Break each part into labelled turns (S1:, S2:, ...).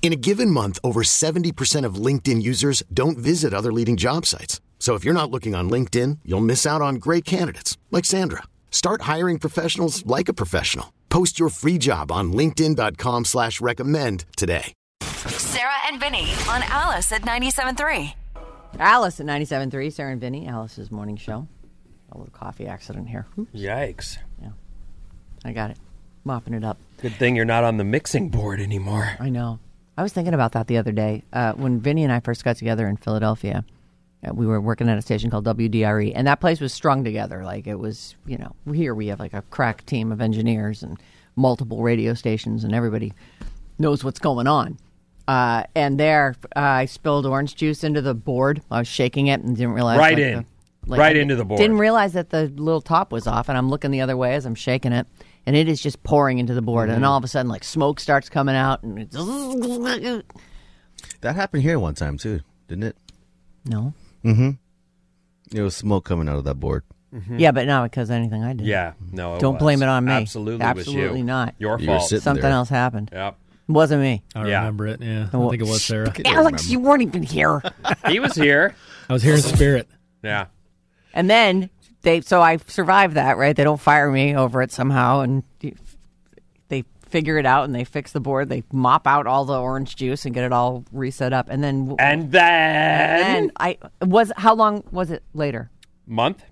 S1: In a given month, over 70% of LinkedIn users don't visit other leading job sites. So if you're not looking on LinkedIn, you'll miss out on great candidates like Sandra. Start hiring professionals like a professional. Post your free job on linkedin.com slash recommend today.
S2: Sarah and Vinny on Alice at 97.3.
S3: Alice at 97.3, Sarah and Vinny, Alice's morning show. A little coffee accident here. Oop,
S4: Yikes.
S3: I got it. Mopping it up.
S4: Good thing you're not on the mixing board anymore.
S3: I know. I was thinking about that the other day. Uh, when Vinny and I first got together in Philadelphia, uh, we were working at a station called WDRE, E, and that place was strung together. Like it was, you know, here we have like a crack team of engineers and multiple radio stations, and everybody knows what's going on. Uh, and there, uh, I spilled orange juice into the board. I was shaking it and didn't realize.
S4: Right
S3: like,
S4: in.
S3: the-
S4: Right
S3: I
S4: into the board.
S3: Didn't realize that the little top was off, and I'm looking the other way as I'm shaking it, and it is just pouring into the board,
S5: Mm-hmm.
S3: and all of a sudden, like smoke starts coming out, and it's,
S6: That happened here one time too, didn't it?
S3: no,
S5: Mm-hmm.
S6: There was smoke coming out of that board.
S3: yeah, but not because of anything I did.
S4: Yeah, no. It
S3: Don't
S4: was.
S3: blame it on me.
S4: Absolutely, it was you.
S3: Absolutely not.
S4: Your
S6: You were
S4: fault.
S6: sitting
S3: something
S6: there.
S3: else happened.
S4: Yep.
S3: Wasn't me.
S5: I
S4: Yeah.
S5: remember it. Yeah, I think it was Sarah.
S3: Alex, you weren't even here.
S4: He was here.
S5: I was here in spirit.
S4: Yeah.
S3: and then they, so I survived that. Right? They don't fire me over it somehow, and you- they figure it out and they fix the board. They mop out all the orange juice and get it all reset up, and then
S4: And then
S3: and I was how long was it later?
S4: month.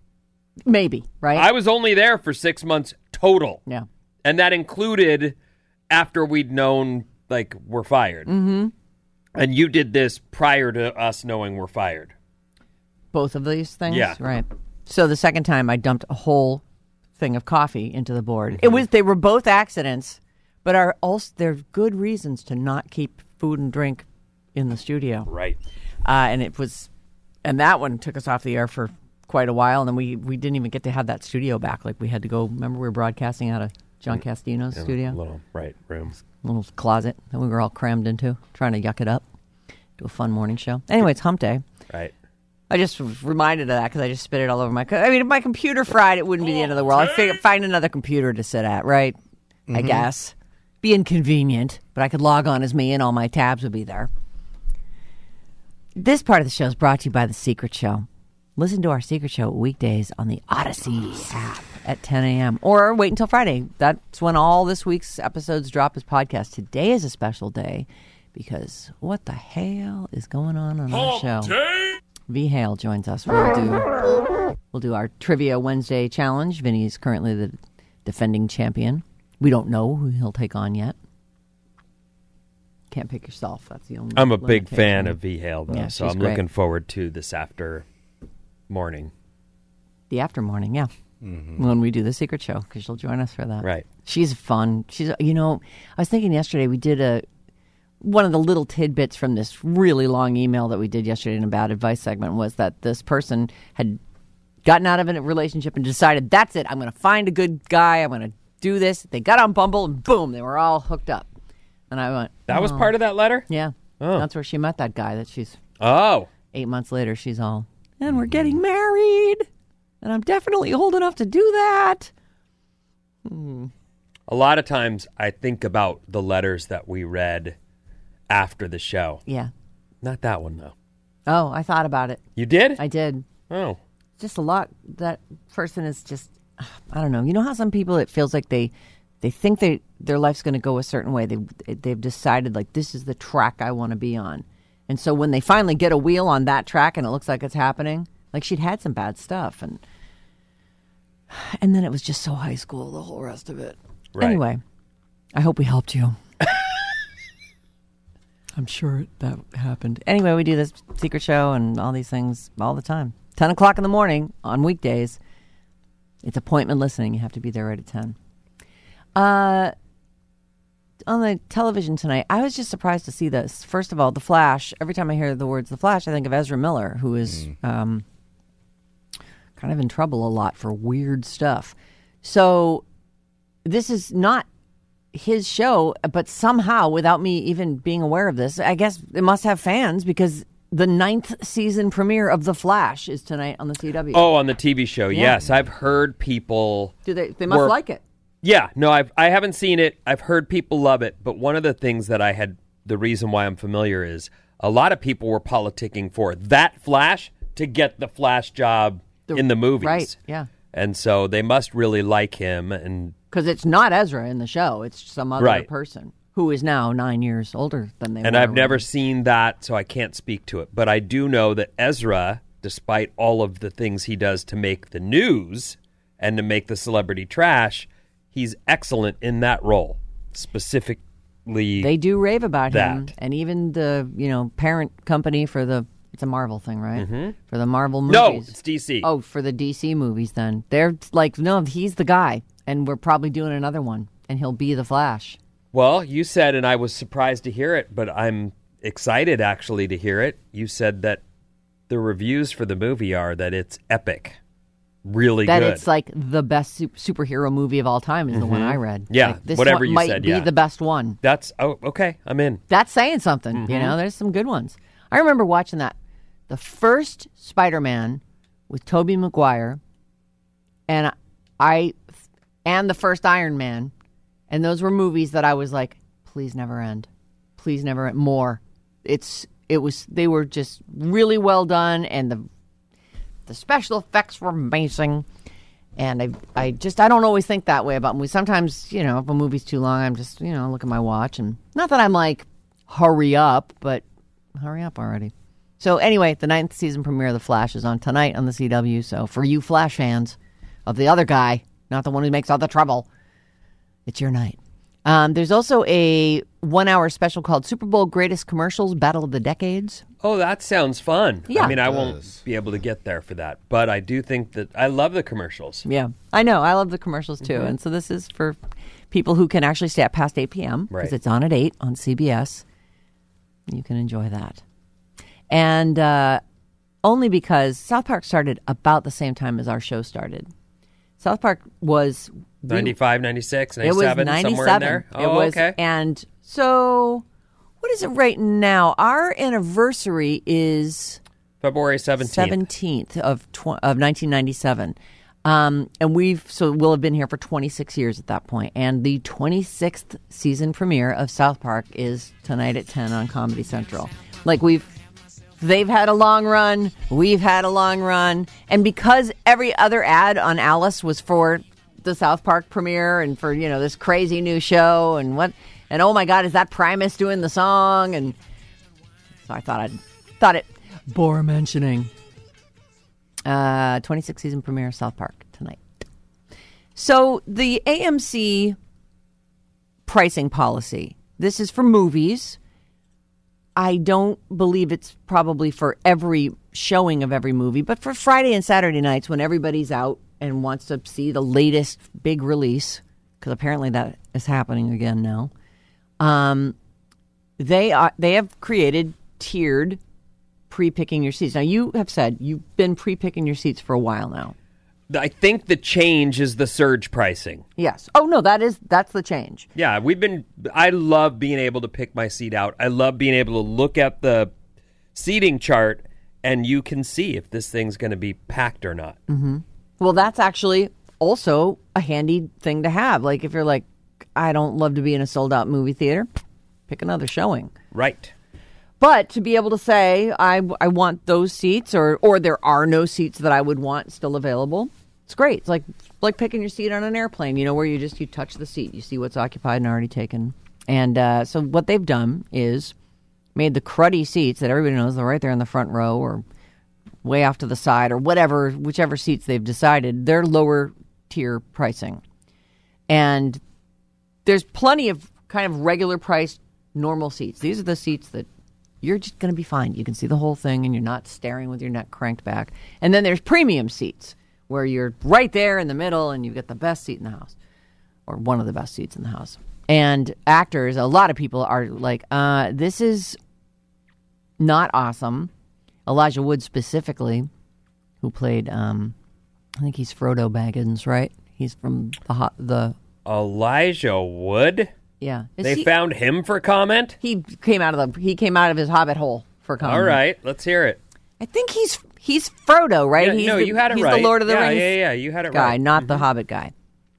S3: Maybe right?
S4: I was only there for six months total,
S3: yeah.
S4: and that included after we'd known like we're fired. Mm-hmm. And you did this prior to us knowing we're fired.
S3: both of these things.
S4: Yeah.
S3: Right. So the second time I dumped a whole thing of coffee into the board.
S4: Mm-hmm.
S3: It was they were both accidents, but are also there's good reasons to not keep food and drink in the studio.
S4: Right.
S3: Uh, and it was and that one took us off the air for quite a while and then we we didn't even get to have that studio back. Like we had to go remember we were broadcasting out of John
S4: Mm.
S3: Castino's studio
S4: Little right room.
S3: little closet that we were all crammed into, trying to yuck it up. Do a fun morning show. Anyway, it's hump day.
S4: Right.
S3: I just was reminded of that because I just spit it all over my. Co- I mean, if my computer fried, it wouldn't be the end of the world. I'd figure, find another computer to sit at, right? I guess. Be inconvenient, but I could log on as me and all my tabs would be there. This part of the show is brought to you by The Secret Show. Listen to our Secret Show weekdays on the Odyssey app at 10 a.m. or wait until Friday. That's when all this week's episodes drop as podcasts. Today is a special day because what the hell is going on on our show? V Hale joins us. We'll do we'll do our trivia Wednesday challenge. Vinny is currently the defending champion. We don't know who he'll take on yet. Can't pick yourself. That's the only.
S4: I'm a big
S3: limitation.
S4: fan of V Hale though,
S3: Yeah,
S4: so
S3: she's
S4: I'm
S3: great.
S4: looking forward to this after morning.
S3: the after morning. Yeah, when we do the secret show because she'll join us for that.
S4: Mm-hmm. Right.
S3: She's fun. She's you know I was thinking yesterday we did a one of the little tidbits from this really long email that we did yesterday in a bad advice segment was that this person had gotten out of a relationship and decided that's it I'm going to find a good guy I'm going to do this. They got on Bumble and boom they were all hooked up. And I went
S4: That Oh. was part of that letter.
S3: yeah that's where she met that guy that she's
S4: Oh,
S3: eight months later, she's all, and we're getting married. And I'm definitely old enough to do that.
S4: A lot of times I think about the letters that we read after the show.
S3: Yeah.
S4: Not that one, though.
S3: Oh, I thought about it.
S4: You did?
S3: I did.
S4: oh,
S3: Just a lot. That person is just, I don't know. You know how some people, it feels like they, they think they, their life's going to go a certain way. They, they've decided like this is the track I want to be on. And so when they finally get a wheel on that track and it looks like it's happening, like she'd had some bad stuff and, and then it was just so high school the whole rest of it.
S4: right.
S3: Anyway, I hope we helped you. I'm sure that happened. Anyway, we do this secret show and all these things all the time. 10 o'clock in the morning on weekdays. It's appointment listening. You have to be there right at 10. Uh, on the television tonight, I was just surprised to see this. First of all, The Flash. Every time I hear the words The Flash, I think of Ezra Miller, who is
S4: Hmm.
S3: um, kind of in trouble a lot for weird stuff. So this is not his show, but somehow, without me even being aware of this, I guess it must have fans because the ninth season premiere of The Flash is tonight on the CW.
S4: Oh, on the TV show. Yes, I've heard people.
S3: Do they? They must
S4: We're-
S3: like it.
S4: Yeah, no, I've I haven't seen it. I've heard people love it, but one of the things that I had the reason why I'm familiar is a lot of people were politicking for that Flash to get the Flash job in the movies.
S3: Right? Yeah,
S4: And so they must really like him and
S3: because it's not Ezra in the show; it's some other
S4: Right.
S3: person who is now nine years older than they.
S4: and
S3: were
S4: I've never
S3: when-
S4: seen that, so I can't speak to it. But I do know that Ezra, despite all of the things he does to make the news and to make the celebrity trash, he's excellent in that role. Specifically
S3: They do rave about him,
S4: That.
S3: and even the you know parent company for the it's a Marvel thing, right? For the Marvel movies.
S4: Mm-hmm. No, it's DC.
S3: Oh, for the DC movies, then they're like, no, he's the guy, and we're probably doing another one, and he'll be the Flash.
S4: Well, you said, and I was surprised to hear it, but I'm excited actually to hear it. You said that the reviews for the movie are that it's epic, really
S3: that
S4: good. Mm-hmm.
S3: it's like the best su- superhero movie of all time is the one I read.
S4: Yeah,
S3: Like, this
S4: whatever
S3: one
S4: you
S3: might
S4: said,
S3: be
S4: yeah.
S3: the best one.
S4: That's oh okay. I'm in.
S3: That's saying something. You know, there's some good ones. I remember watching that, the first Spider-Man with Tobey Maguire, and I, and the first Iron Man, and those were movies that I was like, please never end, please never end more. It's it was they were just really well done, and the the special effects were amazing. And I, I just, I don't always think that way about movies. Sometimes, you know, if a movie's too long, I'm just, you know, look at my watch and not that I'm like, hurry up, but hurry up already. So anyway, the ninth season premiere of The Flash is on tonight on the CW. So for you Flash fans of the other guy, not the one who makes all the trouble, it's your night. Um, there's also a one hour special called Super Bowl Greatest Commercials Battle of the Decades.
S4: Oh, that sounds fun.
S3: Yeah.
S4: I mean, I won't be able to get there for that, but I do think that I love the commercials.
S3: Yeah, I know. I love the commercials too,
S4: Mm-hmm.
S3: and so this is for people who can actually stay up past eight p.m. because
S4: Right.
S3: it's on at eight on CBS. You can enjoy that, and uh, only because South Park started about the same time as our show started. South Park was we-
S4: 95, 96,
S3: it was
S4: 97, somewhere in there.
S3: it
S4: Oh,
S3: was,
S4: okay.
S3: and so what is it right now? Our anniversary is
S4: February 17th.
S3: seventeenth of tw- of nineteen ninety seven, um, and we've so we'll have been here for twenty six years at that point. And the twenty sixth season premiere of South Park is tonight at ten on Comedy Central. Like we've. They've had a long run. We've had a long run. And because every other ad on Alice was for the South Park premiere and for, you know, this crazy new show and what and oh my god, is that Primus doing the song and so I thought I'd thought it bore mentioning. Uh, 26 season premiere of South Park tonight. So the AMC pricing policy. This is for movies. I don't believe it's probably for every showing of every movie, but for Friday and Saturday nights when everybody's out and wants to see the latest big release, because apparently that is happening again now. Um, they are they have created tiered pre-picking your seats. Now you have said you've been pre-picking your seats for a while now.
S4: I think the change is the surge pricing.
S3: Yes. Oh no, that is that's the change.
S4: Yeah, we've been. I love being able to pick my seat out. I love being able to look at the seating chart and you can see if this thing's going to be packed or not.
S3: Mm. Well, that's actually also a handy thing to have. Like if you're like I don't love to be in a sold-out movie theater, pick another showing.
S4: Right.
S3: But to be able to say I I want those seats or or there are no seats that I would want still available. It's great. It's like like picking your seat on an airplane, you know, where you just you touch the seat, you see what's occupied and already taken. And uh, so what they've done is made the cruddy seats that everybody knows they're right there in the front row or way off to the side or whatever, whichever seats they've decided, they're lower tier pricing. And there's plenty of kind of regular priced normal seats. These are the seats that you're just going to be fine. You can see the whole thing and you're not staring with your neck cranked back. And then there's premium seats where you're right there in the middle and you get the best seat in the house or one of the best seats in the house. And actors, a lot of people are like, uh, this is not awesome. Elijah Wood specifically, who played, um, I think he's Frodo Baggins, right? He's from the hot, the
S4: Elijah Wood.
S3: yeah. Is
S4: they
S3: he,
S4: found him for comment.
S3: he came out of the he came out of his hobbit hole for comment.
S4: All right, let's hear it.
S3: I think he's he's Frodo, right?
S4: Yeah,
S3: he's
S4: no,
S3: the,
S4: you had it
S3: he's
S4: right.
S3: the Lord of the
S4: Yeah,
S3: Rings.
S4: yeah, yeah, you had it
S3: guy,
S4: right. Mm-hmm.
S3: not the Hobbit guy.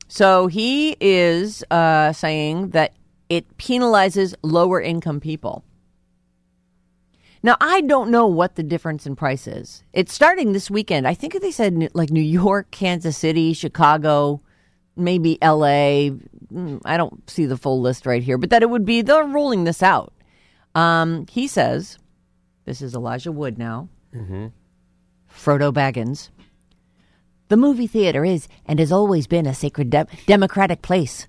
S3: So he is uh, saying that it penalizes lower income people. Now I don't know what the difference in price is. It's starting this weekend. I think they said New- like New York, Kansas City, Chicago, maybe L.A. Mm, I don't see the full list right here, but that it would be they're rolling this out. Um, he says, "This is Elijah Wood now, Frodo Baggins." The movie theater is and has always been a sacred de- democratic place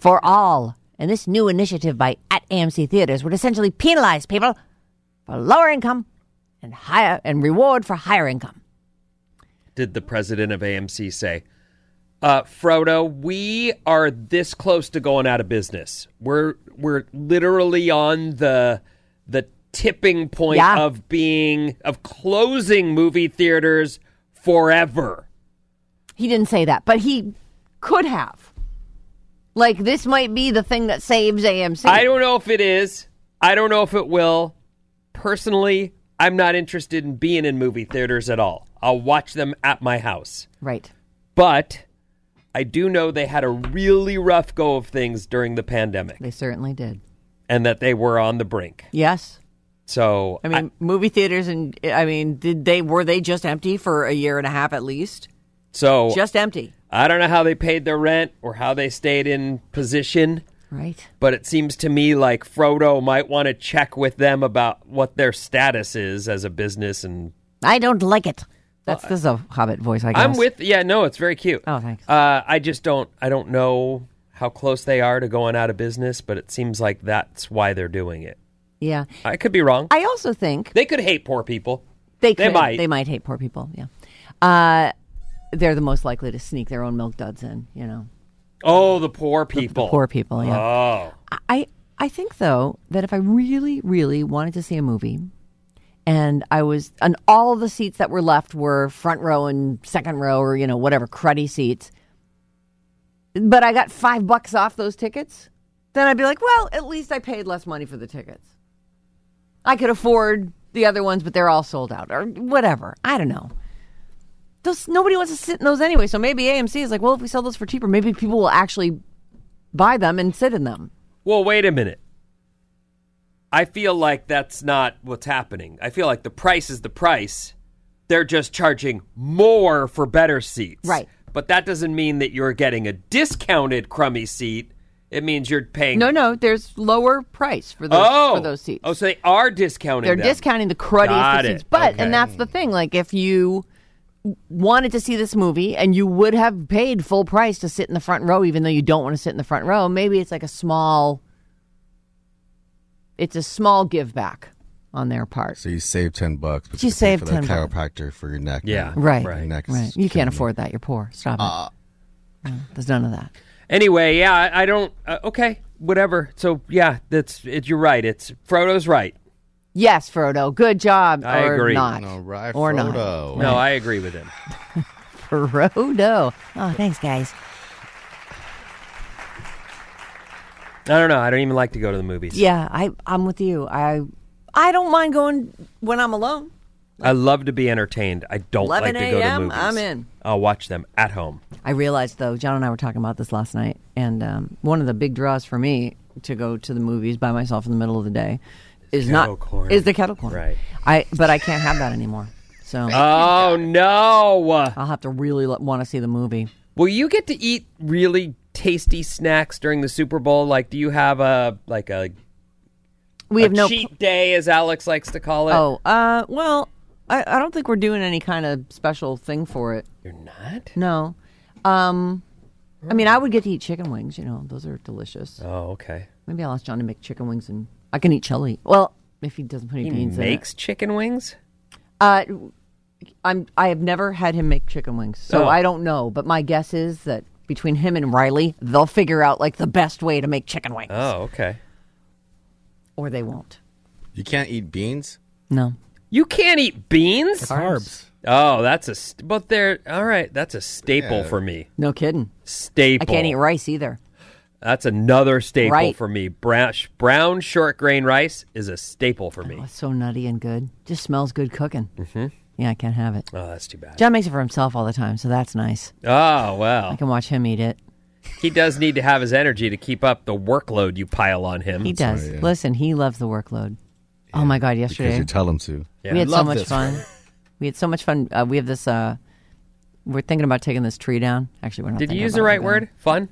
S3: for all. And this new initiative by at AMC Theaters would essentially penalize people for lower income and higher and reward for higher income.
S4: Did the president of AMC say, uh, "Frodo, we are this close to going out of business. We're we're literally on the the tipping point
S3: Yeah.
S4: of being of closing movie theaters forever."
S3: He didn't say that, but he could have. Like this might be the thing that saves AMC.
S4: I don't know if it is. I don't know if it will. Personally, I'm not interested in being in movie theaters at all. I'll watch them at my house.
S3: right.
S4: But I do know they had a really rough go of things during the pandemic
S3: They certainly did.
S4: and that they were on the brink.
S3: Yes.
S4: So
S3: I mean, movie theaters and I mean, did they were they just empty for a year and a half at least?
S4: so
S3: Just empty.
S4: I don't know how they paid their rent or how they stayed in position,
S3: Right.
S4: but it seems to me like Frodo might want to check with them about what their status is as a business and
S3: I don't like it. That's this is a Hobbit voice, I guess.
S4: I'm with yeah, no, it's very cute.
S3: Oh, thanks.
S4: Uh, I just don't I don't know how close they are to going out of business, but it seems like that's why they're doing it.
S3: Yeah,
S4: I could be wrong.
S3: I also think
S4: they could hate poor people.
S3: they
S4: They
S3: could-
S4: might.
S3: they might hate poor people. Yeah, uh, they're the most likely to sneak their own milk duds in. You know,
S4: Oh, the poor people.
S3: poor people. Yeah.
S4: Oh.
S3: I I think though that if I really really wanted to see a movie, and I was and all the seats that were left were front row and second row or you know whatever cruddy seats, but I got five bucks off those tickets, then I'd be like, well, at least I paid less money for the tickets. I could afford the other ones, but they're all sold out or whatever. I don't know. Those, nobody wants to sit in those anyway, so maybe AMC is like, well, if we sell those for cheaper, maybe people will actually buy them and sit in them.
S4: Well, wait a minute. I feel like that's not what's happening. I feel like the price is the price. They're just charging more for better seats.
S3: Right.
S4: But that doesn't mean that you're getting a discounted crummy seat. It means you're paying
S3: No, no, there's lower price for those
S4: oh,
S3: for those seats.
S4: Oh, so they are discounting.
S3: They're
S4: them.
S3: discounting the cruddiest
S4: Got
S3: of
S4: it.
S3: seats. But
S4: Okay.
S3: and that's the thing. Like if you w- wanted to see this movie and you would have paid full price to sit in the front row, even though you don't want to sit in the front row, maybe it's like a small. It's a small give back on their part.
S6: So you save ten bucks. But
S3: You
S6: have to pay
S3: save
S6: for
S3: 10
S6: that
S3: bucks.
S6: chiropractor for your neck.
S4: Yeah.
S6: and
S3: Right,
S6: your
S3: right,
S6: neck's
S3: You
S6: killing
S3: can't afford that. You're poor. Stop it.
S6: Uh,
S3: No, there's none of that.
S4: Anyway, yeah, I, I don't. Uh, okay, whatever. So yeah, that's it, you're right. It's Frodo's right.
S3: Yes, Frodo. Good job.
S4: I
S3: or
S4: agree.
S3: Not.
S6: All right,
S3: or not.
S6: Frodo.
S4: No, I agree with him.
S3: Frodo. Oh, thanks, guys.
S4: I don't know. I don't even like to go to the movies.
S3: Yeah, I I'm with you. I I don't mind going when I'm alone.
S4: I love to be entertained. I don't like
S3: 11
S4: to go to
S3: a.m.,
S4: movies.
S3: I'm in.
S4: I'll watch them at home.
S3: I realized though, John and I were talking about this last night, and um, one of the big draws for me to go to the movies by myself in the middle of the day is
S4: kettle
S3: not
S4: corn.
S3: is the kettle corn.
S4: Right.
S3: I but I can't have that anymore. So
S4: Oh no!
S3: I'll have to really want to see the movie.
S4: Will you get to eat really tasty snacks during the Super Bowl? Like, do you have a like a,
S3: We
S4: a
S3: have no
S4: cheat day, as Alex likes to call it?
S3: Oh, uh, well, I, I don't think we're doing any kind of special thing for it.
S4: you're not.
S3: No. Um, I mean, I would get to eat chicken wings. You know, those are delicious.
S4: Oh, okay.
S3: Maybe I'll ask John to make chicken wings, and I can eat chili. Well, if he doesn't put any
S4: He
S3: beans
S4: makes chicken wings.
S3: in it. Uh, I'm. I have never had him make chicken wings, so
S4: Oh.
S3: I don't know. But my guess is that between him and Riley, they'll figure out like the best way to make chicken wings,
S4: Oh, okay.
S3: or they won't.
S6: You can't eat beans.
S3: No.
S4: You can't eat beans.
S5: Carbs.
S4: Oh, that's a st- but they're all right. That's a staple
S6: Yeah.
S4: for me.
S3: No kidding.
S4: Staple.
S3: I can't eat rice either.
S4: That's another staple
S3: Right.
S4: for me. Brown sh- brown short grain rice is a staple for me.
S3: Oh, it's so nutty and good. Just smells good cooking. Mm-hmm. Yeah, I can't have it.
S4: Oh, that's too bad.
S3: John makes it for himself all the time, so that's nice.
S4: Oh
S3: I
S4: well,
S3: can watch him eat it.
S4: he does need to have his energy to keep up the workload you pile on him.
S3: He does.
S6: right, yeah.
S3: Listen, he loves the workload. oh my God!
S6: Because
S3: Yesterday
S6: you tell them to.
S3: we had so
S6: Love
S3: much
S6: this.
S3: fun. we had so much fun. Uh, we have this. Uh, we're thinking about taking this tree down. Actually, we're not.
S4: Did you
S3: thinking
S4: use
S3: about
S4: the
S3: it.
S4: right
S3: We're gonna-
S4: word? Fun.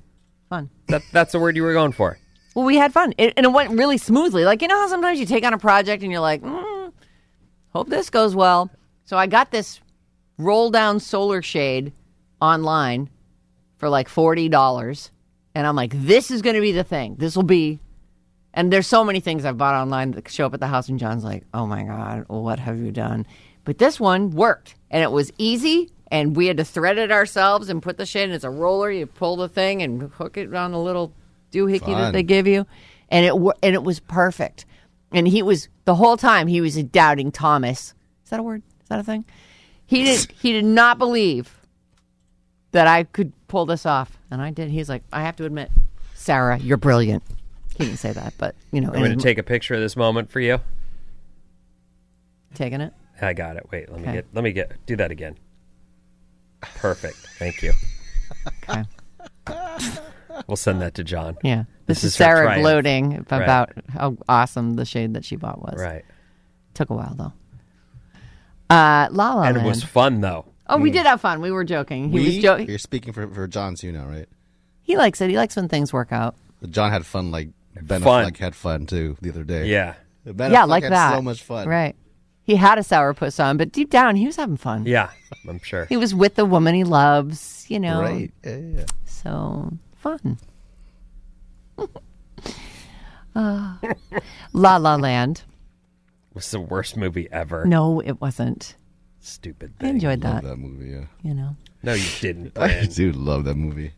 S3: Fun.
S4: That, that's the word you were going for.
S3: Well, we had fun, it, and it went really smoothly. Like you know how sometimes you take on a project and you're like, mm, hope this goes well. So I got this roll down solar shade online for like forty dollars, and I'm like, this is going to be the thing. This will be. And there's so many things I've bought online that show up at the house, and John's like, oh my god, what have you done? But this one worked, and it was easy. And we had to thread it ourselves and put the shade. And it's a roller. You pull the thing and hook it on the little doohickey that
S6: Fun.
S3: they give you, and it wor- and it was perfect. And he was the whole time he was doubting Thomas. Is that a word? Is that a thing? He did he did not believe that I could pull this off, and I did. He's like, I have to admit, Sarah, you're brilliant. He didn't say that, but you know,
S4: I'm going
S3: and
S4: to take a picture of this moment for you.
S3: taking it.
S4: I got it. Wait, let me
S3: Okay.
S4: get. Let me get. Do that again. Perfect. Thank you.
S3: Okay.
S4: We'll send that to John.
S3: Yeah, this,
S4: This
S3: is,
S4: is her
S3: Sarah
S4: triumph.
S3: gloating
S4: Right.
S3: about how awesome the shade that she bought was.
S4: Right.
S3: Took a while though. Uh, La La
S4: And it
S3: Land.
S4: was fun though.
S3: oh, we did have fun. We were joking. He was
S6: We?
S3: joking.
S6: You're speaking for for John's, you know, right?
S3: He likes it. He likes when things work out.
S6: But John had fun. Like Ben
S4: Fun.
S6: Affleck had fun too the other day.
S4: Yeah.
S6: Ben
S3: yeah,
S6: Affleck
S3: like
S6: had
S3: that.
S6: So much fun.
S3: Right. He had a sourpuss on, but deep down he was having fun.
S4: Yeah. I'm sure.
S3: He was with the woman he loves, you know.
S6: Right. Yeah, yeah, yeah.
S3: So fun. uh, La La Land.
S4: It was the worst movie ever.
S3: No, it wasn't.
S4: Stupid
S3: I
S4: thing.
S3: enjoyed
S6: Love
S3: that.
S6: that movie. Yeah.
S3: You know.
S4: No, you didn't.
S6: I
S4: Brian.
S6: do love that movie.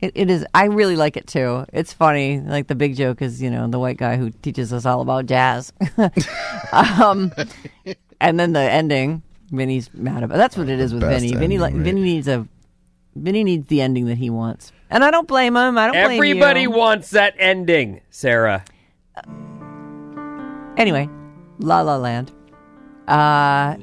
S3: It, it is. I really like it too. It's funny. Like the big joke is, you know, the white guy who teaches us all about jazz. um, and then the ending, Vinny's mad about. That's what it is with
S6: Best
S3: Vinny. Vinny,
S6: ending,
S3: like,
S6: right?
S3: Vinny needs a. Vinny needs the ending that he wants, and I don't blame him. I don't
S4: Everybody
S3: blame you.
S4: wants that ending, Sarah.
S3: anyway, La La Land. Uh,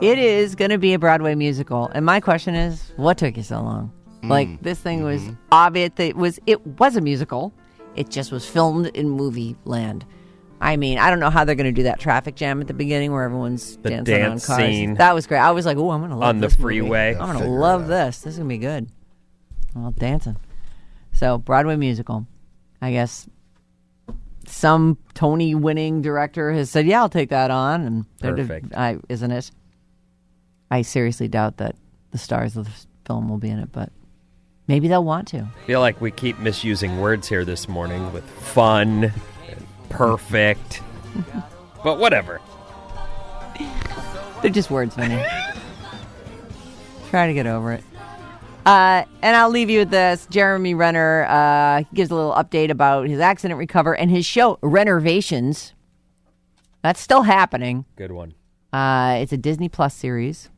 S3: it is going to be a Broadway musical, and my question is, what took you so long?
S4: Mm,
S3: Like this thing was
S4: mm-hmm.
S3: obvious. That it was it was a musical. It just was filmed in movie land. I mean, I don't know how they're going to do that traffic jam at the beginning where everyone's
S4: The
S3: dancing
S4: dance
S3: on cars.
S4: scene.
S3: That was great. I was like, oh, I'm going to love
S4: On the
S3: this movie.
S4: freeway.
S3: I'm going to
S6: Figure it
S3: love
S6: out.
S3: this. This is going to be good. I'm all dancing. So Broadway musical. I guess some Tony winning director has said, "Yeah, I'll take that on." And they're just-
S4: Perfect.
S3: I, isn't it? I seriously doubt that the stars of the film will be in it, but maybe they'll want to.
S4: I feel like we keep misusing words here this morning with fun and perfect. but whatever.
S3: They're just words, Vinny. Try to get over it. Uh, and I'll leave you with this. Jeremy Renner uh, he gives a little update about his accident recover and his show renovations. That's still happening.
S4: Good one.
S3: Uh, it's a Disney Plus series,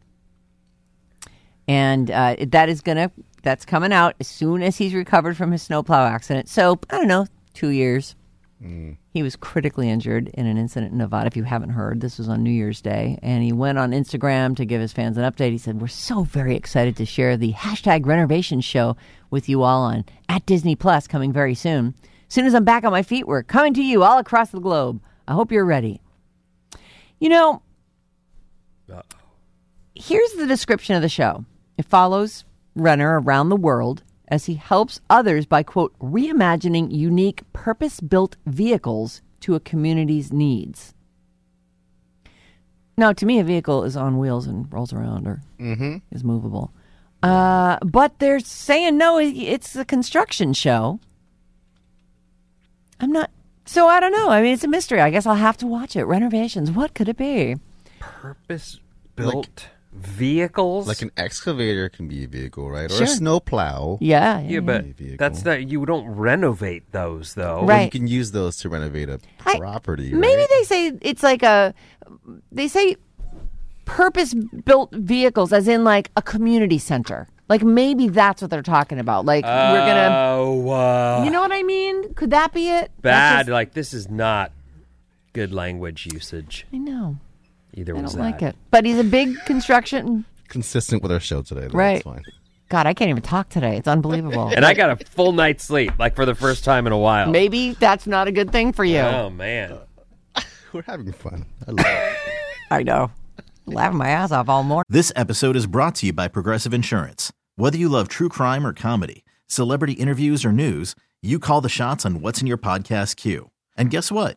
S3: and uh, it- that is gonna that's coming out as soon as he's recovered from his snowplow accident. So I don't know, two years. He was critically injured in an incident in Nevada. If you haven't heard, this was on New Year's Day, and he went on Instagram to give his fans an update. He said, "We're so very excited to share the hashtag Renovation Show with you all on at Disney Plus coming very soon. As soon as I'm back on my feet, we're coming to you all across the globe. I hope you're ready." You know, here's the description of the show it follows Renner around the world as he helps others by, quote, reimagining unique purpose built vehicles to a community's needs. Now, to me, a vehicle is on wheels and rolls around or is movable. Uh, but they're saying no. it- It's a construction show. I'm not. So I don't know. I mean, it's a mystery. I guess I'll have to watch it. Renovations. What could it be?
S4: Purpose built vehicles.
S6: Like an excavator can be a vehicle, right? Or
S3: Sure.
S6: a snow plow.
S3: Yeah.
S4: yeah, but
S6: vehicle.
S4: that's not. You don't renovate those though.
S3: Right.
S6: You can use those to renovate a
S3: I-
S6: property.
S3: Maybe
S6: right?
S3: they say it's like a. They say purpose built vehicles, as in like a community center. Like maybe that's what they're talking about. Like we're gonna.
S4: Oh, uh,
S3: You know what I mean? Could that be it? That's
S4: bad.
S3: just-
S4: Like this is not good language usage.
S3: I know.
S4: Either
S3: I
S4: was
S3: don't
S4: that.
S3: like it. But he's a big construction.
S6: consistent with our show today. Though.
S3: Right.
S6: That's fine.
S3: God, I can't even talk today. It's unbelievable.
S4: And I got a full night's sleep, like for the first time in a while.
S3: Maybe that's not a good thing for you.
S4: Oh man.
S6: We're having fun. I love it.
S3: I know. Laughing my ass off all morning.
S7: This episode is brought to you by Progressive Insurance. Whether you love true crime or comedy, celebrity interviews or news, you call the shots on what's in your podcast queue. And guess what?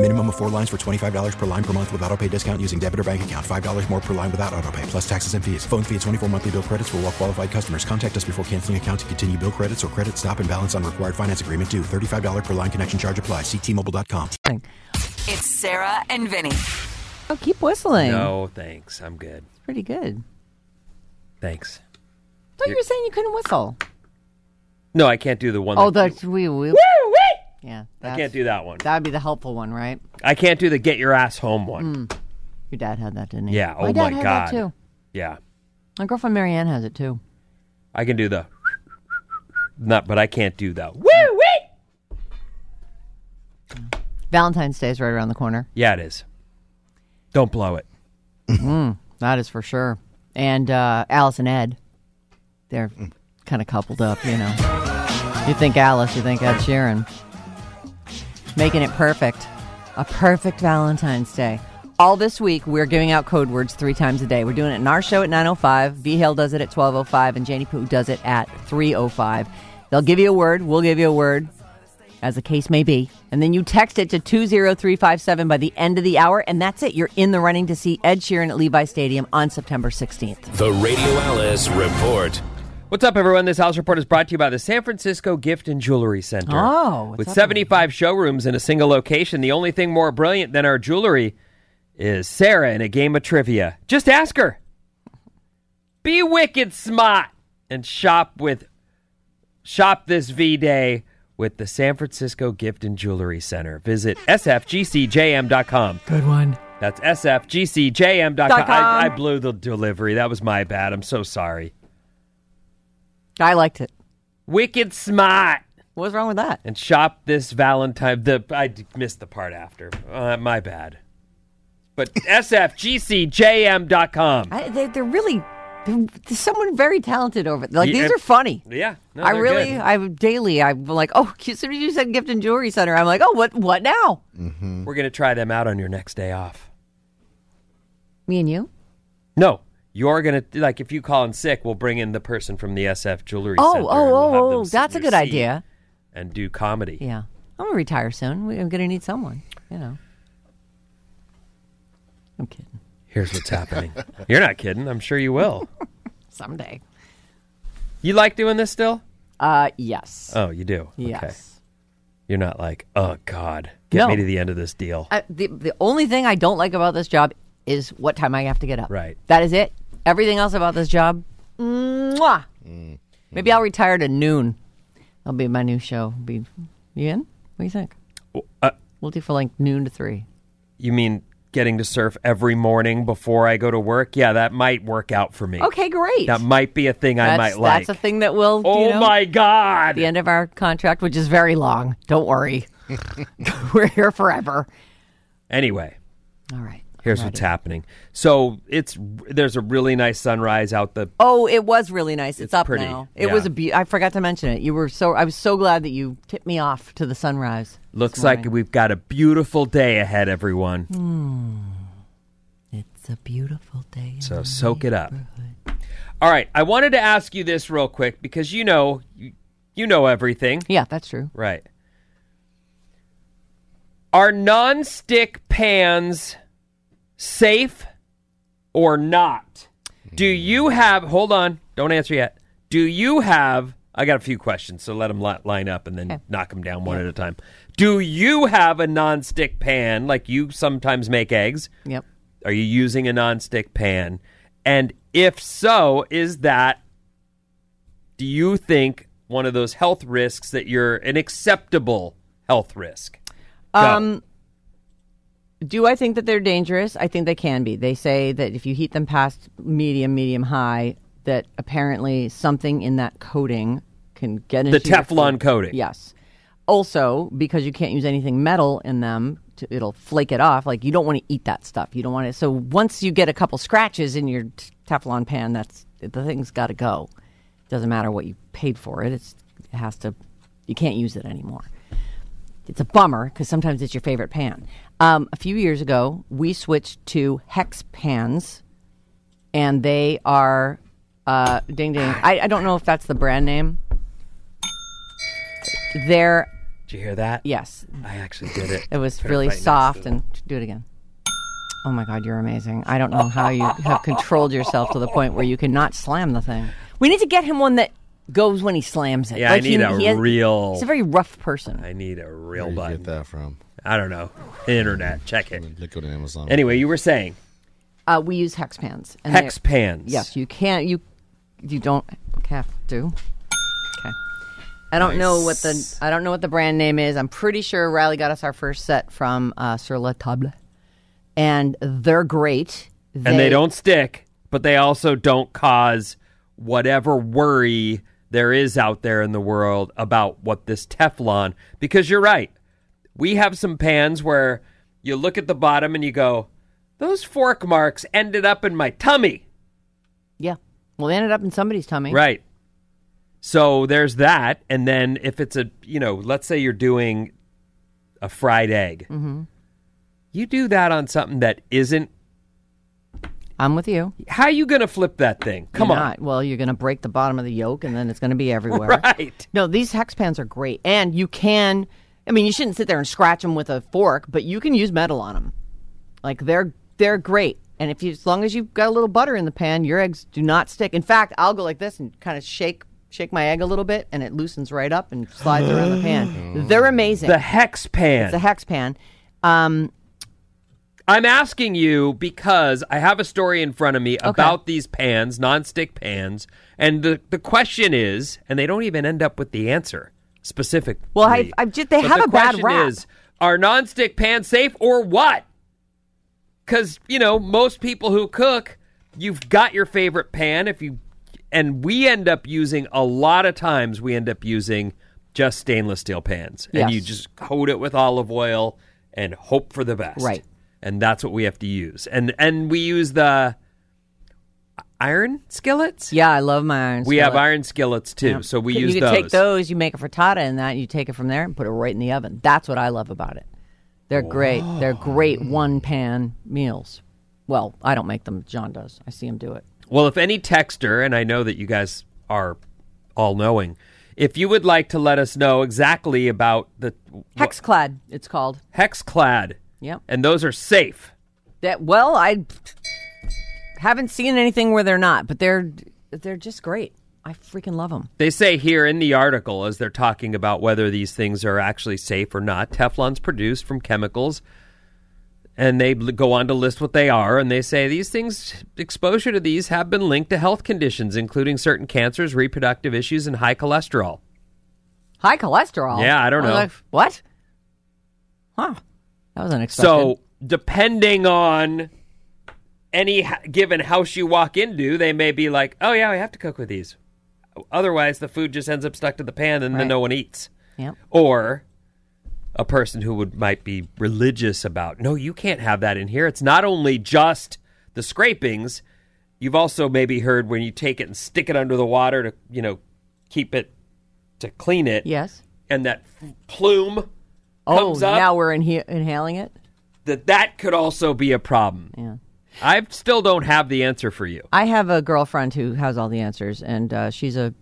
S8: Minimum of four lines for $25 per line per month with auto pay discount using debit or bank account. $5 more per line without auto pay, plus taxes and fees. Phone fee at 24 monthly bill credits for all qualified customers. Contact us before canceling account to continue bill credits or credit stop and balance on required finance agreement due. $35 per line connection charge applies. See T-Mobile.com.
S2: It's Sarah and Vinny.
S3: Oh, keep whistling.
S4: No, thanks. I'm good.
S3: It's pretty good.
S4: Thanks.
S3: I thought you were saying you couldn't whistle.
S4: No, I can't do the one.
S3: Oh,
S4: that-
S3: that's we we. Yeah,
S4: I
S3: that's,
S4: can't do that one.
S3: That would be the helpful one, right?
S4: I can't do the get your ass home one.
S3: Your dad had that, didn't he?
S4: Yeah,
S3: Mm. My
S4: oh
S3: dad
S4: my
S3: had
S4: God.
S3: That too.
S4: Yeah,
S3: My girlfriend Marianne has it too.
S4: I can do the. Not, but I can't do that. Woo wee.
S3: Valentine's Day is right around the corner.
S4: Yeah, it is. Don't blow it.
S3: That is for sure. And uh, Alice and Ed, they're
S4: Mm.
S3: kind of coupled up, you know. You think Alice, you think Ed Sheeran. Making it perfect. A perfect Valentine's Day. All this week, we're giving out code words three times a day. We're doing it in our show at 9.05. V Hale does it at 12.05, and E Janie Pooh does it at 3.05. They'll give you a word. We'll give you a word, as the case may be. And then you text it to 20357 by the end of the hour, and that's it. You're in the running to see Ed Sheeran at Levi Stadium on September 16th.
S9: The Radio Alice Report.
S4: What's up, everyone? This house report is brought to you by the San Francisco Gift and Jewelry Center.
S3: Oh, what's
S4: with
S3: up,
S4: 75 showrooms in a single location, the only thing more brilliant than our jewelry is Sarah in a game of trivia. Just ask her. Be wicked smart and shop with shop this V Day with the San Francisco Gift and Jewelry Center. Visit sfgcjm.com.
S3: Good one.
S4: That's sfgcjm.com.
S3: Dot com.
S4: I, I blew the delivery. That was my bad. I'm so sorry.
S3: I liked it.
S4: Wicked smart.
S3: What's wrong with that?
S4: and shop this Valentine. The I d- missed the part after. Uh, my bad. But sfgcjm.com.
S3: I, they, they're really they're, there's someone very talented over there. Like
S4: Yeah,
S3: these
S4: and-
S3: are funny.
S4: Yeah, no,
S3: I
S4: they're
S3: really,
S4: good.
S3: I daily, I'm like, oh, as soon as you said gift and jewelry center, I'm like, oh, what, what now?
S4: We're gonna try them out on your next day off.
S3: Me and you.
S4: No, you're gonna like if you call in sick, we'll bring in the person from the SF Jewelry
S3: Oh,
S4: Center.
S3: oh,
S4: and we'll have
S3: oh,
S4: them
S3: oh,
S4: sit
S3: that's a
S4: in your
S3: good
S4: seat
S3: idea.
S4: And do comedy.
S3: Yeah, I'm gonna retire soon. We, I'm gonna need someone. You know. I'm kidding.
S4: Here's what's happening. You're not kidding. I'm sure you will.
S3: Someday.
S4: You like doing this still?
S3: Uh, yes.
S4: Oh, you do.
S3: yes.
S4: Okay. You're not like, oh God, get
S3: No.
S4: me to the end of this deal.
S3: I, Uh, the the only thing I don't like about this job is what time I have to get up.
S4: Right.
S3: That is it. Everything else about this job, mwah.
S4: Mm-hmm.
S3: Maybe I'll retire to noon. That'll be my new show. Be you in? What do you think?
S4: uh,
S3: we'll do for like noon to three.
S4: You mean getting to surf every morning before I go to work? Yeah, that might work out for me.
S3: Okay, great.
S4: That might be a thing I
S3: that's,
S4: might like.
S3: That's a thing that will.
S4: Oh my God!
S3: The end of our contract, which is very long. Don't worry, we're here forever.
S4: Anyway.
S3: All right.
S4: Here's what's happening. So it's there's a really nice sunrise out the
S3: Oh, it was really nice. It's, up
S4: pretty,
S3: now. It
S4: yeah.
S3: was a be- I forgot to mention it. You were so. I was so glad that you tipped me off to the sunrise.
S4: looks like we've got a beautiful day ahead, everyone.
S3: Mm. It's a beautiful day.
S4: So soak it up. All right, I wanted to ask you this real quick because you know you, you know everything.
S3: Yeah, that's true.
S4: Right. Are non-stick pans safe or not? Do you have Hold on, don't answer yet. Do you have I got a few questions, so let them line up and then knock them down one at a time. Do you have a non-stick pan like you sometimes make eggs?
S3: Yep.
S4: Are you using a non-stick pan? And if so, is that do you think one of those health risks that you're an acceptable health risk? Go.
S3: Um, do I think that they're dangerous? I think they can be. They say that if you heat them past medium, medium high, that apparently something in that coating can get
S4: The
S3: into your
S4: Teflon
S3: food.
S4: coating.
S3: Yes. Also, because you can't use anything metal in them, to, it'll flake it off. Like you don't want to eat that stuff. You don't want it. So once you get a couple scratches in your t- Teflon pan, that's the thing's got to go. Doesn't matter what you paid for it. It's, it has to. You can't use it anymore it's a bummer because sometimes it's your favorite pan. Um, a few years ago, we switched to hex pans, and they are uh, ding ding. I, I don't know if that's the brand name. They're
S4: Did you hear that?
S3: Yes.
S4: I actually did it.
S3: It was
S4: Put it
S3: really
S4: right next to
S3: soft and do it again. Oh my God, you're amazing. I don't know how you have controlled yourself to the point where you cannot slam the thing. We need to get him one that goes when he slams it.
S4: Yeah, I
S3: Like,
S4: need a
S3: has-
S4: real.
S3: He's a very rough person.
S4: I need a real
S6: Where'd you
S4: button.
S6: get that Mm. from?
S4: I don't know. Internet, check it.
S6: Liquid and Amazon.
S4: Anyway, you were saying
S3: Uh, we use hex pans. they're-
S4: hex pans.
S3: Yes, you can't. You you don't have to. Okay. I don't know what the I don't know what the brand name is. I'm pretty sure Riley got us our first set from uh, Sur La Table, and they're great.
S4: and they don't stick, but they also don't cause whatever worry there is out there in the world about what this Teflon. Because you're right, we have some pans where you look at the bottom and you go, "Those fork marks ended up in my tummy."
S3: Yeah. Well, they ended up in somebody's tummy.
S4: Right. So there's that, and then if it's a you know, let's say you're doing a fried egg,
S3: Mm-hmm.
S4: you do that on something that isn't.
S3: I'm with you.
S4: How you gonna flip that thing? Come
S3: You're
S4: on.
S3: not. Well, you're going to break the bottom of the yolk, and then it's going to be everywhere.
S4: Right.
S3: No, these hex pans are great, and you can. I mean, you shouldn't sit there and scratch them with a fork, but you can use metal on them. Like they're they're great, and if you as long as you've got a little butter in the pan, your eggs do not stick. In fact, I'll go like this and kind of shake shake my egg a little bit, and it loosens right up and slides around the pan. They're amazing.
S4: The hex pan.
S3: It's a hex pan. Um,
S4: I'm asking you because I have a story in front of me about these pans, nonstick pans, and the, the question is, and they don't even end up with the answer specifically.
S3: Well, I- I ju- they
S4: But
S3: have
S4: the
S3: a bad
S4: question
S3: rap.
S4: Is, are nonstick pans safe or what? Because you know most people who cook, you've got your favorite pan. If you and we end up using a lot of times, we end up using just stainless steel pans, and you
S3: Yes.
S4: just coat it with olive oil and hope for the best.
S3: Right.
S4: And that's what we have to use. And and we use the iron skillets.
S3: yeah, I love my iron.
S4: we have
S3: skillet.
S4: iron skillets too,
S3: Yeah.
S4: so we
S3: you
S4: use
S3: can
S4: those.
S3: take those, you make a frittata in that, and you take it from there and put it right in the oven. That's what I love about it. They're great. They're great one pan meals. Well, I don't make them. John does. I see him do it.
S4: Well, if any texter, and I know that you guys are all knowing, if you would like to let us know exactly about the
S3: Hexclad, it's called.
S4: hex clad,
S3: Yep.
S4: and those are safe.
S3: That well, I haven't seen anything where they're not, but they're they're just great. I freaking love them.
S4: They say here in the article, as they're talking about whether these things are actually safe or not, Teflon's produced from chemicals, and they bl- go on to list what they are. And they say these things, exposure to these, have been linked to health conditions, including certain cancers, reproductive issues, and high cholesterol.
S3: High cholesterol.
S4: Yeah, I don't
S3: was
S4: know.
S3: like, what? Huh. That was unexpected.
S4: So, depending on any h- given house you walk into, they may be like, "Oh yeah, we have to cook with these." Otherwise, the food just ends up stuck to the pan, and
S3: Right.
S4: then no one eats.
S3: Yep.
S4: Or a person who would might be religious about, "No, you can't have that in here." It's not only just the scrapings. You've also maybe heard when you take it and stick it under the water to, you know, keep it to clean it.
S3: Yes.
S4: And that plume
S3: Oh,
S4: comes up
S3: now we're inhe- inhaling it.
S4: that that could also be a problem. Yeah. I still don't have the answer for you.
S3: I have a girlfriend who has all the answers, and uh, she's a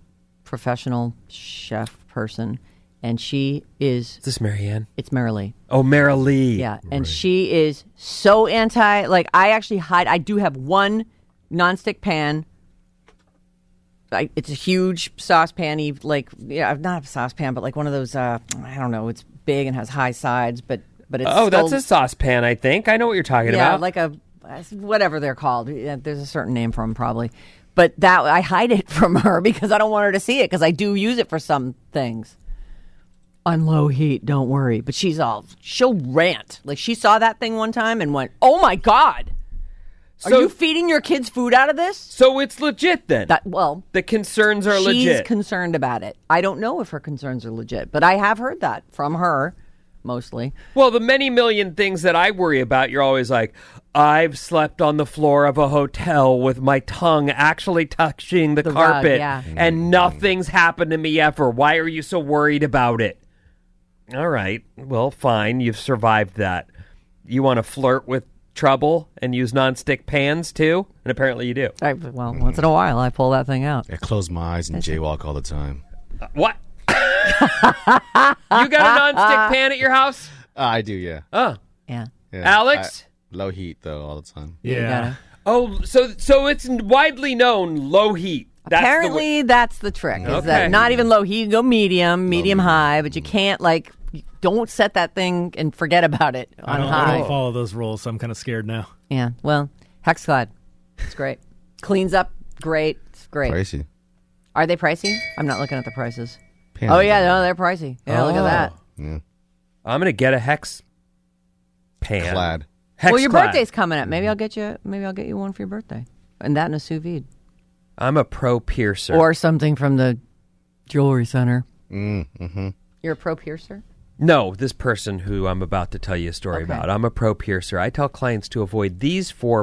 S3: professional chef person, and she is. Is
S4: this Marianne?
S3: It's Marilee.
S4: Oh, Mara Lee.
S3: Yeah, and she is so anti. Like I actually hide. I do have one nonstick pan. I, it's a huge saucepan, like yeah, not a saucepan, but like one of those. Uh, I don't know. It's big and has high sides, but but it's
S4: oh, that's
S3: still-
S4: a saucepan, I think. I know what you're talking
S3: yeah,
S4: about.
S3: like a whatever they're called. Yeah, There's a certain name for them, probably. But that I hide it from her because I don't want her to see it because I do use it for some things. On low heat, don't worry. But she's all she'll rant. Like she saw that thing one time and went, "Oh my god,
S4: So-
S3: are you feeding your kids food out of this?"
S4: so it's legit then.
S3: That well,
S4: the concerns are
S3: she's
S4: legit.
S3: concerned about it. I don't know if her concerns are legit, but I have heard that from her mostly.
S4: well, the many million things that I worry about, you're always like, I've slept on the floor of a hotel with my tongue actually touching the,
S3: The rug,
S4: carpet,
S3: yeah.
S4: and nothing's happened to me ever. Why are you so worried about it? All right. Well, fine. You've survived that. You want to flirt with trouble and use nonstick pans too? And apparently you do.
S3: I, well, once in a while, I pull that thing out.
S6: I close my eyes and jaywalk all the time.
S4: What? you got a nonstick pan at your house?
S6: Uh, I do, yeah.
S4: Oh.
S3: Yeah.
S4: Alex?
S6: I- low heat though, all the time.
S3: Yeah, you Yeah. gotta-
S4: Oh, so so it's widely known low heat. That's the
S3: Apparently, that's the trick. Is
S4: Okay.
S3: that not even low heat? You go medium, medium high, but you can't like you don't set that thing and forget about it
S5: I
S3: on
S5: don't, I
S3: high.
S5: don't follow those rules, so I'm kind of scared now.
S3: Yeah. Well, Hexclad, it's great. Cleans up, great. It's great.
S6: Pricey.
S3: Are they pricey? I'm not looking at the prices.
S6: Pans
S3: oh yeah, no, they're pricey. Yeah, look at that.
S4: Oh.
S6: Yeah.
S4: I'm gonna get a hex pan.
S6: Clad.
S4: Hex
S3: well, your
S4: clad.
S3: birthday's coming up. Maybe I'll get you. Maybe I'll get you one for your birthday, and that and a sous vide
S4: I'm a pro piercer.
S3: or something from the jewelry center.
S4: mm, mm-hmm.
S3: You're a pro piercer.
S4: No, this person who I'm about to tell you a story about. I'm a pro piercer. I tell clients to avoid these four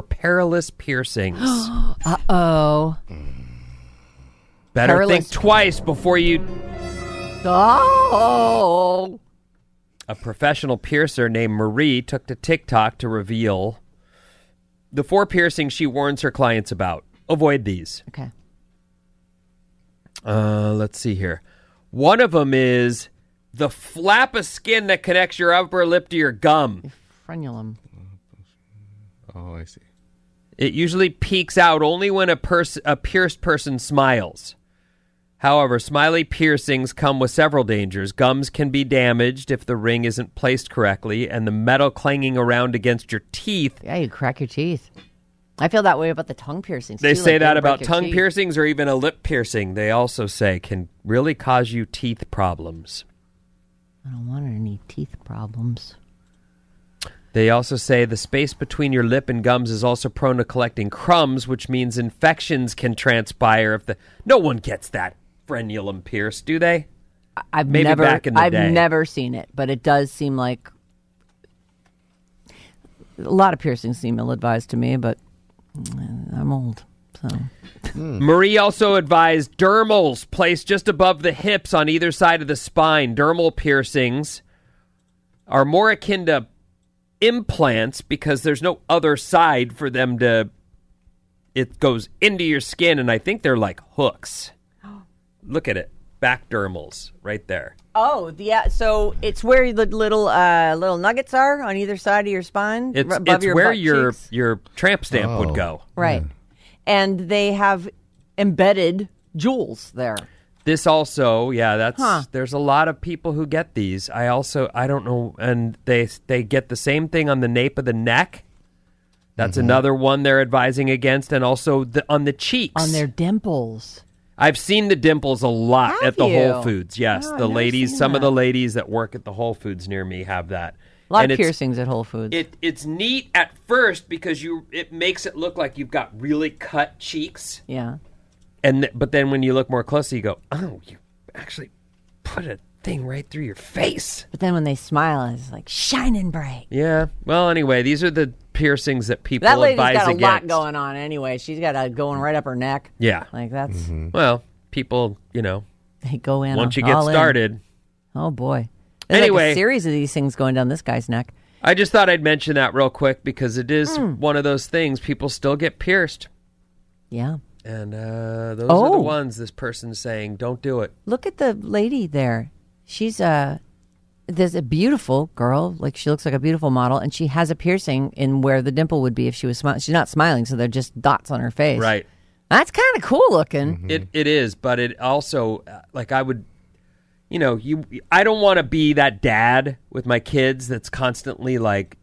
S4: perilous piercings.
S3: uh oh.
S4: Better
S3: Perilous-
S4: think twice before you
S3: Oh.
S4: A professional piercer named Marie took to TikTok to reveal the four piercings she warns her clients about. Avoid these.
S3: Okay.
S4: Uh, let's see here. One of them is the flap of skin that connects your upper lip to your gum.
S3: Frenulum.
S6: Oh, I see.
S4: It usually peaks out only when a, pers- a pierced person smiles. However, smiley piercings come with several dangers. Gums can be damaged if the ring isn't placed correctly, and the metal clanging around against your teeth
S3: Yeah, you crack your teeth. I feel that way about the tongue piercings.
S4: They
S3: too,
S4: say
S3: like,
S4: that
S3: they'll break
S4: about
S3: your
S4: tongue
S3: teeth.
S4: piercings or even a lip piercing. They also say can really cause you teeth problems.
S3: I don't want any teeth problems.
S4: They also say the space between your lip and gums is also prone to collecting crumbs, which means infections can transpire if the no one gets that frenulum pierced, do they?
S3: I've
S4: Maybe
S3: never,
S4: back in the
S3: I've
S4: day.
S3: never seen it, but it does seem like a lot of piercings seem ill-advised to me. But mm, I'm old, so
S4: Marie also advised dermals placed just above the hips on either side of the spine. Dermal piercings are more akin to implants because there's no other side for them to. It goes into your skin, and I think they're like hooks. Look at it. Back dermals right there.
S3: oh yeah, so it's where the little uh, little nuggets are on either side of your spine,
S4: It's,
S3: r- above
S4: it's
S3: your
S4: where
S3: butt
S4: your,
S3: cheeks.
S4: your tramp stamp
S6: Oh.
S4: would go.
S3: right, and they have embedded jewels there.
S4: This also, yeah, that's
S3: Huh.
S4: there's a lot of people who get these. I also I don't know, and they they get the same thing on the nape of the neck. That's another one they're advising against, and also the, on the cheeks.
S3: On their dimples.
S4: I've seen the dimples a lot at the
S3: you?
S4: Whole Foods. Yes,
S3: Oh, I've
S4: the
S3: never
S4: ladies,
S3: seen
S4: some of
S3: that.
S4: the ladies that work at the Whole Foods near me have that.
S3: A lot
S4: And
S3: of
S4: it's-
S3: piercings at Whole Foods.
S4: It it's neat at first because you it makes it look like you've got really cut cheeks.
S3: yeah.
S4: And th- but then when you look more closely, you go, oh, you actually put a thing right through your face.
S3: But then when they smile, it's like shining bright.
S4: Yeah. Well, anyway, these are the piercings that people
S3: that lady's
S4: advise
S3: got a
S4: against.
S3: lot going on anyway. She's got a going right up her neck.
S4: Yeah.
S3: Like that's
S4: Well, people, you know,
S3: they go in.
S4: Mm-hmm. once you
S3: all-
S4: get
S3: all in.
S4: started.
S3: Oh boy. There's like
S4: Anyway.
S3: a series of these things going down this guy's neck.
S4: I just thought I'd mention that real quick because it is
S3: Mm.
S4: one of those things people still get pierced,
S3: Yeah.
S4: and uh, those are
S3: Oh.
S4: the ones this person's saying don't do it.
S3: Look at the lady there. She's a there's a beautiful girl. Like she looks like a beautiful model, and she has a piercing in where the dimple would be if she was smiling. She's not smiling, so they're just dots on her face.
S4: Right. Mm-hmm.
S3: That's kind of cool looking.
S4: It it is, but it also uh, like I would, you know, you I don't want to be that dad with my kids that's constantly like.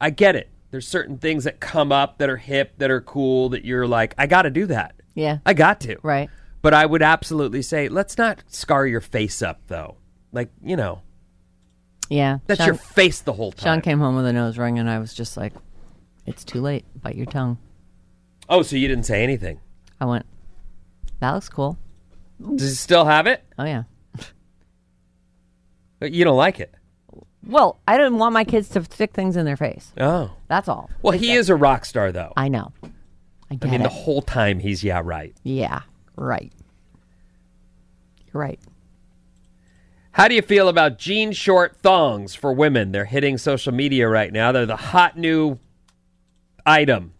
S4: I get it. There's certain things that come up that are hip, that are cool, that you're like, I got to do that.
S3: Yeah.
S4: I got to.
S3: Right.
S4: But I would absolutely say, let's not scar your face up, though. Like, you know,
S3: Yeah.
S4: that's
S3: Sean-
S4: your face the whole time.
S3: Sean came home with a nose ring, and I was just like, "It's too late. Bite your tongue."
S4: Oh, so you didn't say anything.
S3: I went, "That looks cool."
S4: Does he still have it?
S3: Oh yeah.
S4: But You don't like it.
S3: Well, I didn't want my kids to stick things in their face.
S4: Oh.
S3: That's all.
S4: Well, he is a rock star, though.
S3: I know. I get
S4: I mean,
S3: it.
S4: the whole time he's, yeah, right.
S3: yeah. Right. You're right.
S4: How do you feel about jean short thongs for women? They're hitting social media right now. They're the hot new item.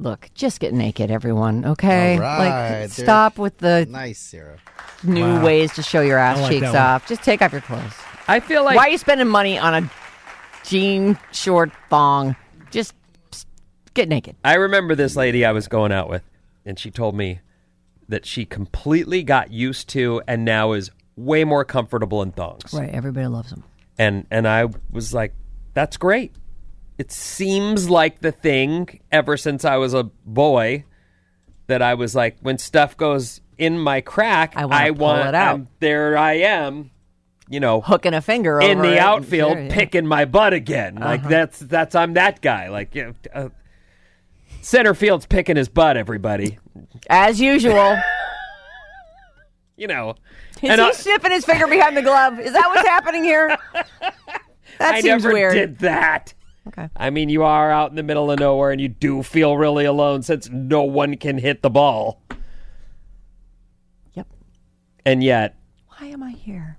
S3: Look, just get naked, everyone. Okay.
S6: All right,
S3: like,
S6: there's-
S3: stop with the
S6: Nice, Sarah.
S3: new
S6: Wow.
S3: ways to show your ass
S6: I like
S3: cheeks
S6: that one.
S3: off. Just take off your clothes.
S4: I feel like
S3: Why are you spending money on a jean short thong? Just psst, get naked.
S4: I remember this lady I was going out with, and she told me that she completely got used to and now is way more comfortable in thongs.
S3: Right. Everybody loves them.
S4: and and I was like, "That's great." It seems like the thing ever since I was a boy that I was like, when stuff goes in my crack, I,
S3: wanna pull
S4: want
S3: it out.
S4: I'm- there I am, you know,
S3: hooking a finger
S4: in
S3: over
S4: the
S3: it.
S4: outfield,
S3: Sure, yeah.
S4: picking my butt again. Like
S3: Uh-huh.
S4: that's that's I'm that guy. Like you know, uh, center field's picking his butt. Everybody,
S3: As usual.
S4: you know.
S3: Is
S4: And
S3: he
S4: I-
S3: sniffing his finger behind the glove? Is that what's happening here? That
S4: I
S3: seems
S4: never
S3: weird.
S4: did that.
S3: Okay.
S4: I mean, you are out in the middle of nowhere and you do feel really alone since no one can hit the ball.
S3: Yep.
S4: And yet,
S3: Why am I here?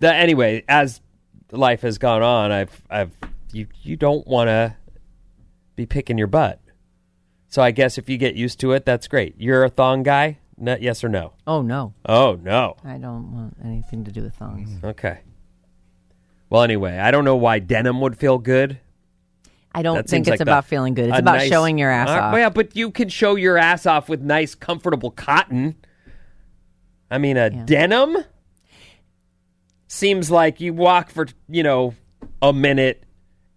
S4: that anyway, as life has gone on, I've I've you you don't want to be picking your butt. So I guess if you get used to it, that's great. You're a thong guy? No, yes or no?
S3: Oh no,
S4: Oh no.
S3: I don't want anything to do with
S4: Mm.
S3: thongs.
S4: Okay. Well, anyway, I don't know why denim would feel good.
S3: I don't
S4: That
S3: think
S4: seems
S3: it's
S4: like the-
S3: about feeling good. It's
S4: a
S3: about
S4: nice-
S3: showing your ass
S4: Uh,
S3: off.
S4: Yeah, but you can show your ass off with nice, comfortable cotton. I mean, a denim seems like you walk for you know a minute,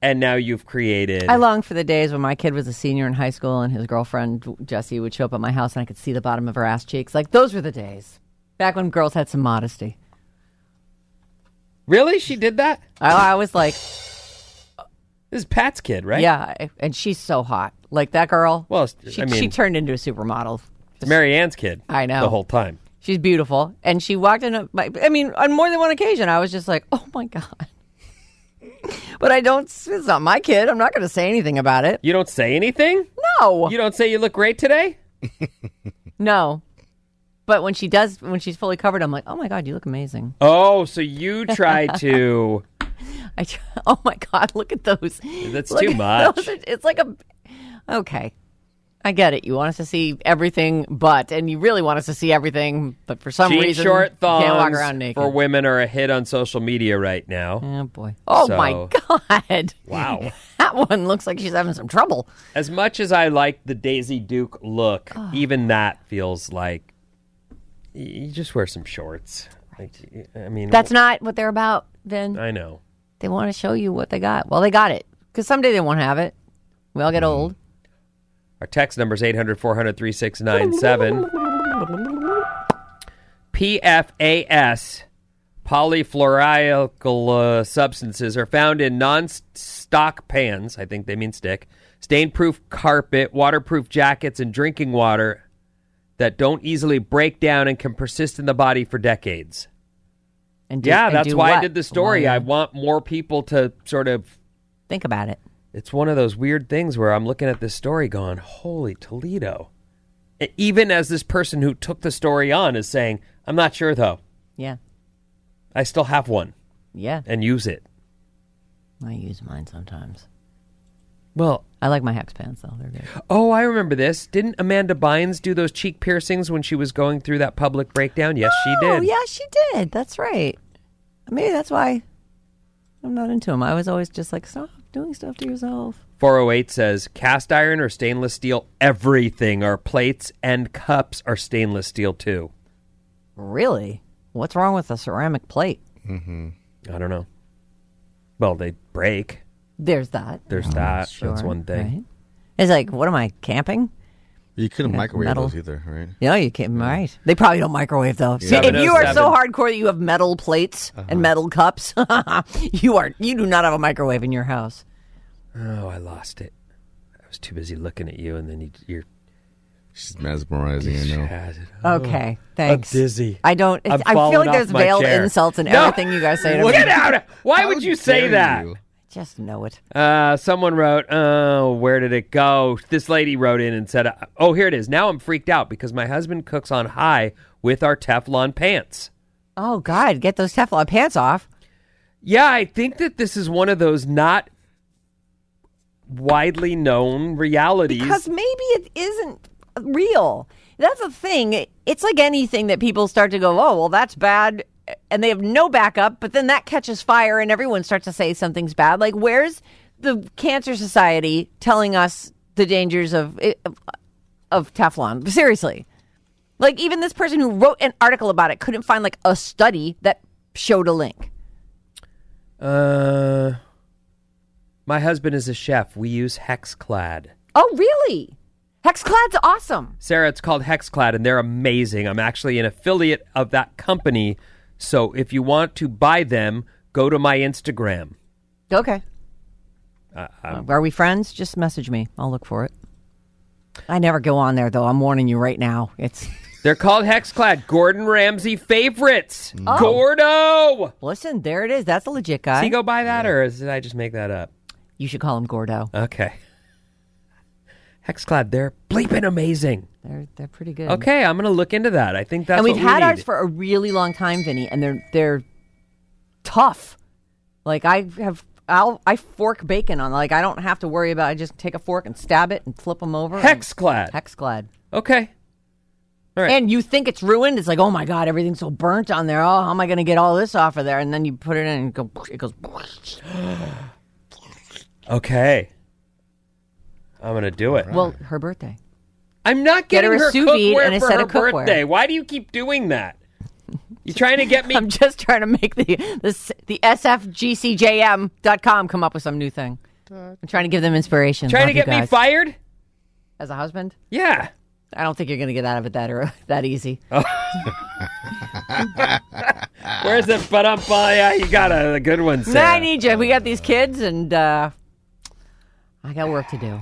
S4: and now you've created.
S3: I long for the days when my kid was a senior in high school and his girlfriend Jessie would show up at my house and I could see the bottom of her ass cheeks. Like those were the days back when girls had some modesty.
S4: really, she did that.
S3: I, I was like,
S4: This is Pat's kid, right?
S3: yeah, I- and she's so hot. Like that girl.
S4: Well, it's-
S3: she,
S4: I mean-
S3: she turned into a supermodel.
S4: it's Mary Ann's kid.
S3: I know.
S4: the whole time.
S3: She's beautiful, and she walked in. A, my- I mean, on more than one occasion, I was just like, "Oh my god!" but I don't. It's not my kid. I'm not going to say anything about it.
S4: You don't say anything.
S3: No,
S4: You don't say you look great today.
S3: no. But when she does, when she's fully covered, I'm like, "Oh my god, you look amazing!"
S4: Oh, so you try to.
S3: I, tr- oh my god, look at those.
S4: That's
S3: Look
S4: too
S3: at
S4: much.
S3: those. It's like a okay. I get it. You want us to see everything, but and you really want us to see everything, but for some
S4: Jean
S3: reason,
S4: short
S3: you
S4: thongs
S3: can't walk around naked.
S4: for women are a hit on social media right now.
S3: Oh boy! Oh my god!
S4: Wow.
S3: that one looks like she's having some trouble.
S4: As much as I like the Daisy Duke look, even that feels like y- you just wear some shorts. Like, y- I mean,
S3: That's not what they're about. Then
S4: I know.
S3: they want to show you what they got. Well, they got it because someday they won't have it. We all get
S4: Mm-hmm.
S3: old.
S4: Our text number is 800 400 3697. PFAS, polyfluoroalkyl uh, substances, are found in non stock pans. I think they mean stick. Stain proof carpet, waterproof jackets, and drinking water that don't easily break down and can persist in the body for decades.
S3: And do-
S4: yeah,
S3: and
S4: that's
S3: do
S4: why I
S3: what?
S4: did the story.
S3: Why?
S4: I want more people to sort of
S3: Think about it.
S4: it's one of those weird things where I'm looking at this story going, holy Toledo. E- Even as this person who took the story on is saying, I'm not sure though.
S3: Yeah,
S4: I still have one
S3: yeah.
S4: and use it.
S3: I use mine sometimes.
S4: Well,
S3: I like my hex pants though; they're good.
S4: oh, I remember this. Didn't Amanda Bynes do those cheek piercings when she was going through that public breakdown? Yes, she
S3: Oh
S4: did.
S3: yeah, she did. That's right. Maybe that's why I'm not into them. I was always just like, stop doing stuff to yourself.
S4: 408 says cast iron or stainless steel, everything. Our plates and cups are stainless steel too.
S3: Really? What's wrong with a ceramic plate?
S4: Mm-hmm. I don't know. Well, they break.
S3: There's that.
S4: There's that. That's one thing.
S3: Oh, right? It's like, what am I camping?
S6: You couldn't
S3: Yeah,
S6: microwave
S3: metal.
S6: those either, right?
S3: No, you can't. Right? They probably don't microwave though.
S6: Yeah.
S3: See, if you are so
S6: 707.
S3: hardcore that you have metal plates
S4: Uh-huh.
S3: and metal cups, you are you do not have a microwave in your house.
S4: Oh, I lost it. I was too busy looking at you, and then you, you're.
S6: She's mesmerizing, I know.
S3: Okay, thanks.
S4: I'm dizzy.
S3: I don't.
S4: I'm
S3: It's, I feel
S4: falling
S3: like there's
S4: off my
S3: veiled
S4: chair.
S3: insults in
S4: No!
S3: everything you guys say to me.
S4: Get out! Why would you say that?
S3: Just know it.
S4: Uh, someone wrote, "Oh, where did it go?" This lady wrote in and said, "Oh, here it is. Now I'm freaked out because my husband cooks on high with our Teflon pants."
S3: Oh God, get those Teflon pants off.
S4: Yeah, I think that this is one of those not widely known realities.
S3: Because maybe it isn't real. That's the thing. It's like anything that people start to go, oh, well, that's bad. And they have no backup, but then that catches fire and everyone starts to say something's bad. Like, where's the Cancer Society telling us the dangers of, of Teflon? Seriously. Like, even this person who wrote an article about it couldn't find like a study that showed a link.
S4: uh, my husband is a chef. We use Hexclad.
S3: Oh, really? Hexclad's awesome.
S4: Sarah, it's called Hexclad, and they're amazing. I'm actually an affiliate of that company. So if you want to buy them, go to my Instagram.
S3: Okay.
S4: Uh, um,
S3: Are we friends? Just message me. I'll look for it. I never go on there though. I'm warning you right now. It's
S4: they're called Hexclad. Gordon Ramsay favorites.
S3: Oh.
S4: Gordo.
S3: listen, there it is. That's a legit
S4: Does
S3: guy.
S4: he go buy that, or is, did I just make that up?
S3: you should call him Gordo.
S4: Okay. Hexclad, they're bleeping amazing.
S3: They're they're pretty good.
S4: Okay, I'm gonna look into that. I think that's
S3: and we've
S4: what we
S3: had
S4: need.
S3: ours for a really long time, Vinny, and they're they're tough. Like I have, I'll I fork bacon on. Like I don't have to worry about. I just take a fork and stab it and flip them over. and-
S4: Hexclad.
S3: Hexclad.
S4: okay. All right.
S3: And you think it's ruined. It's like, oh my God, everything's so burnt on there. Oh, how am I going to get all this off of there? And then you put it in and go, it goes.
S4: okay. I'm gonna do it.
S3: Well, her birthday.
S4: I'm not
S3: Get
S4: getting
S3: her a
S4: her
S3: sous vide
S4: cookware
S3: and a
S4: for
S3: set
S4: her
S3: of cookware.
S4: birthday. Why do you keep doing that? You trying to get me?
S3: I'm just trying to make the the, the sfgcjm.com come up with some new thing. I'm trying to give them inspiration.
S4: trying
S3: Love
S4: to
S3: you
S4: get me
S3: guys.
S4: fired?
S3: as a husband.
S4: Yeah.
S3: I don't think you're going to get out of it that or, that easy.
S4: Where's the but up? Yeah, you got a, a good one,
S3: Man, I
S4: Sarah.
S3: need you. We got these kids, and uh, I got work to do.